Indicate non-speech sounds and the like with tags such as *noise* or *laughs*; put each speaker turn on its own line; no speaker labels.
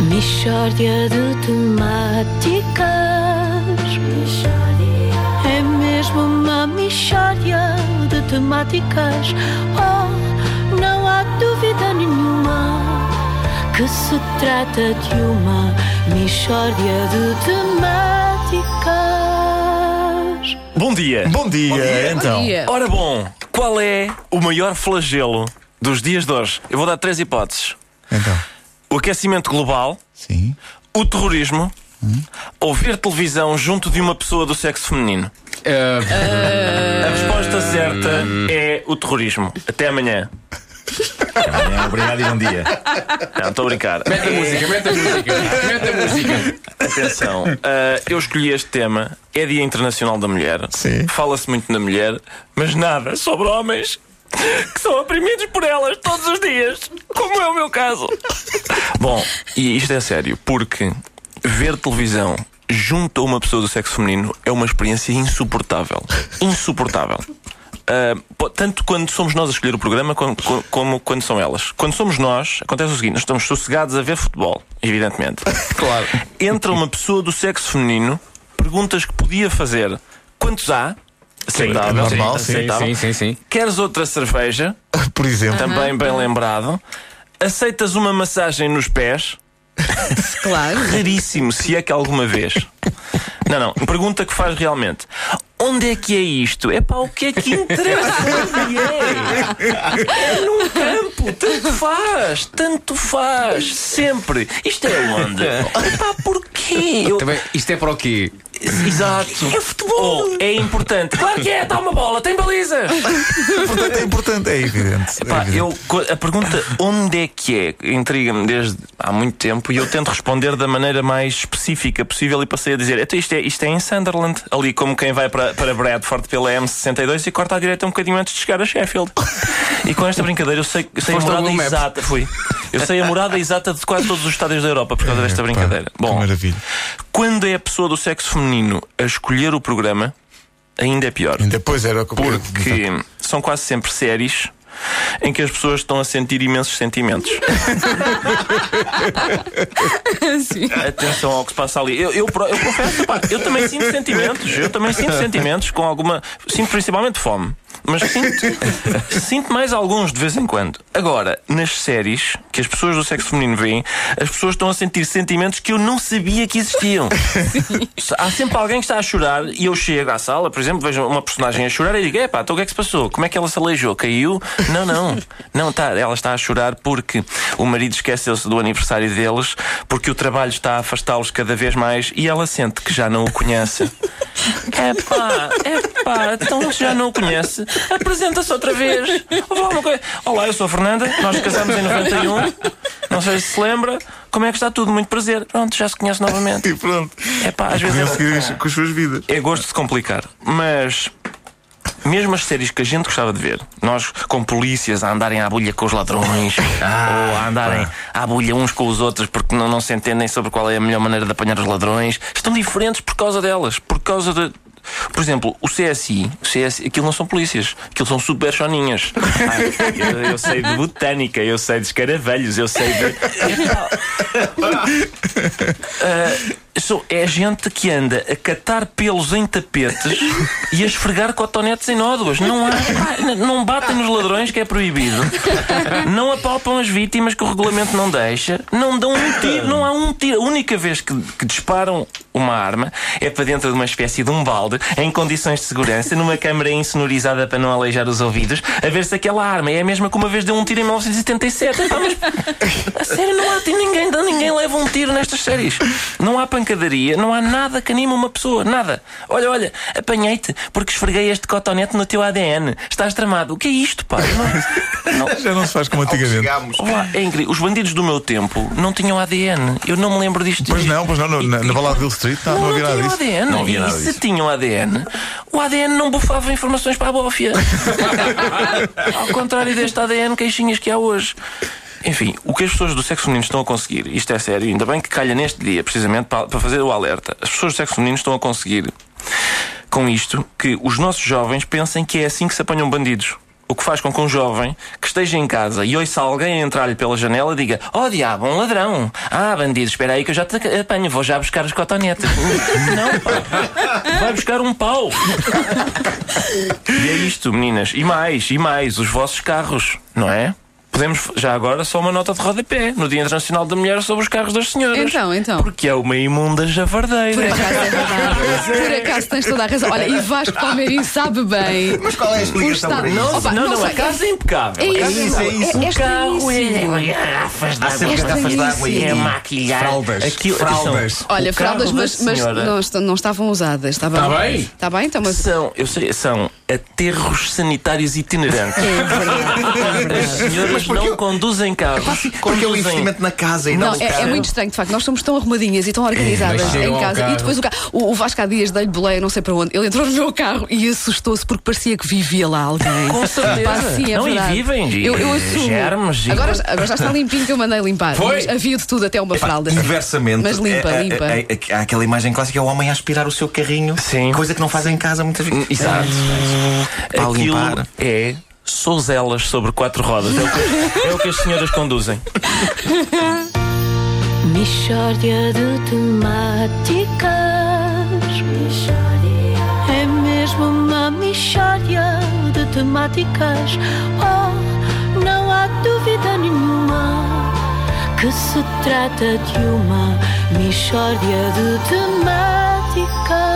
Mistória de temáticas. É mesmo uma mistória de temáticas. Oh, não há dúvida nenhuma que se trata de uma mistória de temáticas.
Bom dia.
Bom dia, então.
dia.
Ora bom, qual é o maior flagelo dos dias de hoje? Eu vou dar três hipóteses:
Então,
o aquecimento global,
sim. *laughs*
o terrorismo ou ver televisão junto de uma pessoa do sexo feminino. A resposta certa é o terrorismo. Até amanhã.
Amanhã, obrigado e bom dia.
Não, estou a brincar.
Mete a música, mete a música, mete a música.
Atenção, ah, eu escolhi este tema. É Dia Internacional da Mulher.
Sim.
Fala-se muito na mulher, mas nada sobre homens que são oprimidos por elas todos os dias, como é o meu caso. Bom, e isto é sério, porque ver televisão junto a uma pessoa do sexo feminino é uma experiência insuportável. Insuportável. Ah, po- tanto quando somos nós a escolher o programa como, como- como quando são elas. Quando somos nós, acontece o seguinte: nós estamos sossegados a ver futebol,
*laughs*
evidentemente
Claro.
entra uma pessoa do sexo feminino, perguntas que podia fazer. Quantos há? Aceitável.
Sim, é normal, sim.
Aceitável.
Sim, sim, sim.
Queres outra cerveja?
Por exemplo,
Também bem lembrado. Aceitas uma massagem nos *laughs* pés?
Claro.
Raríssimo, se é que alguma vez. Não, não. Pergunta que faz realmente. Onde é que é isto? É para o que é que *laughs* interessa? Onde é? é num campo. Tanto faz. Tanto faz. Sempre. Isto é onde? É pá, porquê? Eu-
Também, isto é para o quê?
Exato. É futebol. é importante. Claro que é, dá uma bola, tem baliza.
portanto, é importante, é evidente. é
Pá,
evidente.
eu, co- a pergunta onde é que é intriga-me desde há muito tempo e eu tento responder da maneira mais específica possível e passei a dizer: "Então isto, é, isto é em Sunderland, ali como quem vai para, para Bradford pela M62 e corta à direita um bocadinho antes de chegar a Sheffield. e com esta brincadeira eu sei, eu sei a
Foste ao
morada
Google Maps.
exata. Fui. Eu sei a morada exata de quase todos os estádios da Europa por causa
É,
desta
Epá,
brincadeira.
Que
Bom,
maravilha.
Quando é a pessoa do sexo feminino a escolher o programa, ainda é pior.
Ainda depois era o que eu-
Porque são quase sempre séries em que as pessoas estão a sentir imensos sentimentos.
Sim.
Atenção ao que se passa ali. Eu, eu, pro- eu confesso, pá, eu também sinto sentimentos. Eu também sinto sentimentos com alguma. Sinto principalmente fome. Mas sinto, sinto mais alguns de vez em quando. Agora, nas séries que as pessoas do sexo feminino veem, as pessoas estão a sentir sentimentos que eu não sabia que existiam. Há sempre alguém que está a chorar e eu chego à sala, por exemplo, vejo uma personagem a chorar e digo: Epá, então o que é que se passou? Como é que ela se aleijou? Caiu? Não, não. Não, tá, ela está a chorar porque o marido esqueceu-se do aniversário deles, porque o trabalho está a afastá-los cada vez mais e ela sente que já não o conhece. Epá, epá, então se já não o conhece, apresenta-se outra vez. Vou falar uma coisa. Olá, eu sou a Fernanda, nós casamos em 91, não sei se se lembra, como é que está tudo? Muito prazer. Pronto, já se conhece novamente.
*laughs* E pronto.
É pá, às vezes
Podiam
é,
seguir as- com as suas vidas.
é gosto de complicar, mas mesmo as séries que a gente gostava de ver, nós com polícias a andarem à bulha com os *laughs* ladrões, ou a andarem à bulha uns com os outros porque não, não se entendem sobre qual é a melhor maneira de apanhar os ladrões, estão diferentes por causa delas, por causa de. Por exemplo, o CSI, o CSI, aquilo não são polícias, aquilo são super choninhas. Ai, *laughs* eu, eu sei de botânica, eu sei de escaravelhos, eu sei de. Sou- é gente que anda a catar pelos em tapetes e a esfregar cotonetes em nódoas. Não, há- pá, não batem nos ladrões, que é proibido. Não apalpam as vítimas, que o regulamento não deixa. Não dão um tiro, não há um tiro. A única vez que, que disparam uma arma é para dentro de uma espécie de um balde, em condições de segurança, numa câmara insonorizada para não aleijar os ouvidos, a ver se aquela arma é a mesma que uma vez deu um tiro em 1977. Pá, mas a sério, não há ninguém, ninguém leva um tiro nestas séries. Não há pancadaria, não há nada que anime uma pessoa, nada. Olha, olha, apanhei-te porque esfreguei este cotonete no teu ADN. Estás tramado. O que é isto, pá?
*laughs*
Não- não-
*laughs* Já não se faz como antigamente.
Olá, é incrível. Os bandidos do meu tempo não tinham ADN. Eu não me lembro disto.
Pois não, pois não, no- na, na balada do Hill Street não,
Não,
não
não
havia
tinham
nada disso.
ADN.
Não havia nada
e se
disso.
tinham ADN, o ADN não bufava informações para a bófia. Ao contrário deste ADN queixinhas que há hoje. Enfim, o que as pessoas do sexo feminino estão a conseguir, isto é sério, ainda bem que calha neste dia, precisamente para, para fazer o alerta. As pessoas do sexo feminino estão a conseguir, com isto, que os nossos jovens pensem que é assim que se apanham bandidos. o que faz com que um jovem que esteja em casa e ouça alguém entrar-lhe pela janela diga: Oh diabo, um ladrão! Ah, bandido, espera aí que eu já te apanho, vou já buscar as cotonetes. Não, pá. vai buscar um pau. *laughs* E é isto, meninas. E mais, e mais, os vossos carros, não é? Podemos, já agora, só uma nota de rodapé no Dia Internacional da Mulher sobre os carros das senhoras.
Então, então.
Porque é uma imunda javardeira.
Por acaso é verdade. Por acaso tens toda a razão. Olha, e Vasco Palmeirinho sabe bem.
Mas qual é a
O
explicação
estado.
para isso?
Não,
Opa,
não, não,
sei.
a casa é impecável.
É
A casa
isso, é isso.
O
Esta
carro é
delícia.
garrafas de água,
sempre garrafas de água e-
é maquilhar.
Fraldas,
Aquilo,
fraldas.
atenção,
Olha,
o carro
fraldas,
da
mas, mas
senhora
não, est- não estavam usadas. Está bem?
Está bem.
Está bem, então, mas.
São, eu sei, são aterros sanitários itinerantes.
É verdade.
As senhoras
É. porque
não
eu-
conduzem carros.
Porque é o
conduzem-
investimento na casa e não,
Não,
no
é, é
carro.
muito estranho, de facto. Nós somos tão arrumadinhas e tão
É,
organizadas
mas chegam
em
ao
casa.
carro.
E depois o, ca- o, o Vasco há dias dei-lhe boleia, não sei para onde. Ele entrou no meu carro e assustou-se porque parecia que vivia lá alguém.
Com certeza.
Pá, sim, é
Não, e
verdade.
vivem de-
eu, eu assumo.
germes e-
agora, já- agora já está limpinho que eu mandei limpar.
Foi?
Mas havia de tudo, até uma fralda.
Inversamente,
Mas limpa,
é- é-
limpa.
é- é- há aquela imagem clássica: é o homem a aspirar o seu carrinho,
Sim.
coisa que não faz em casa muitas vezes.
Hum, Exato.
Para
Aquilo
limpar.
é souzelas sobre quatro rodas. É o que- é o que as senhoras conduzem.
Mishória de temáticas. É mesmo uma mishória de temáticas. Oh, não há dúvida nenhuma que se trata de uma mishória de temáticas.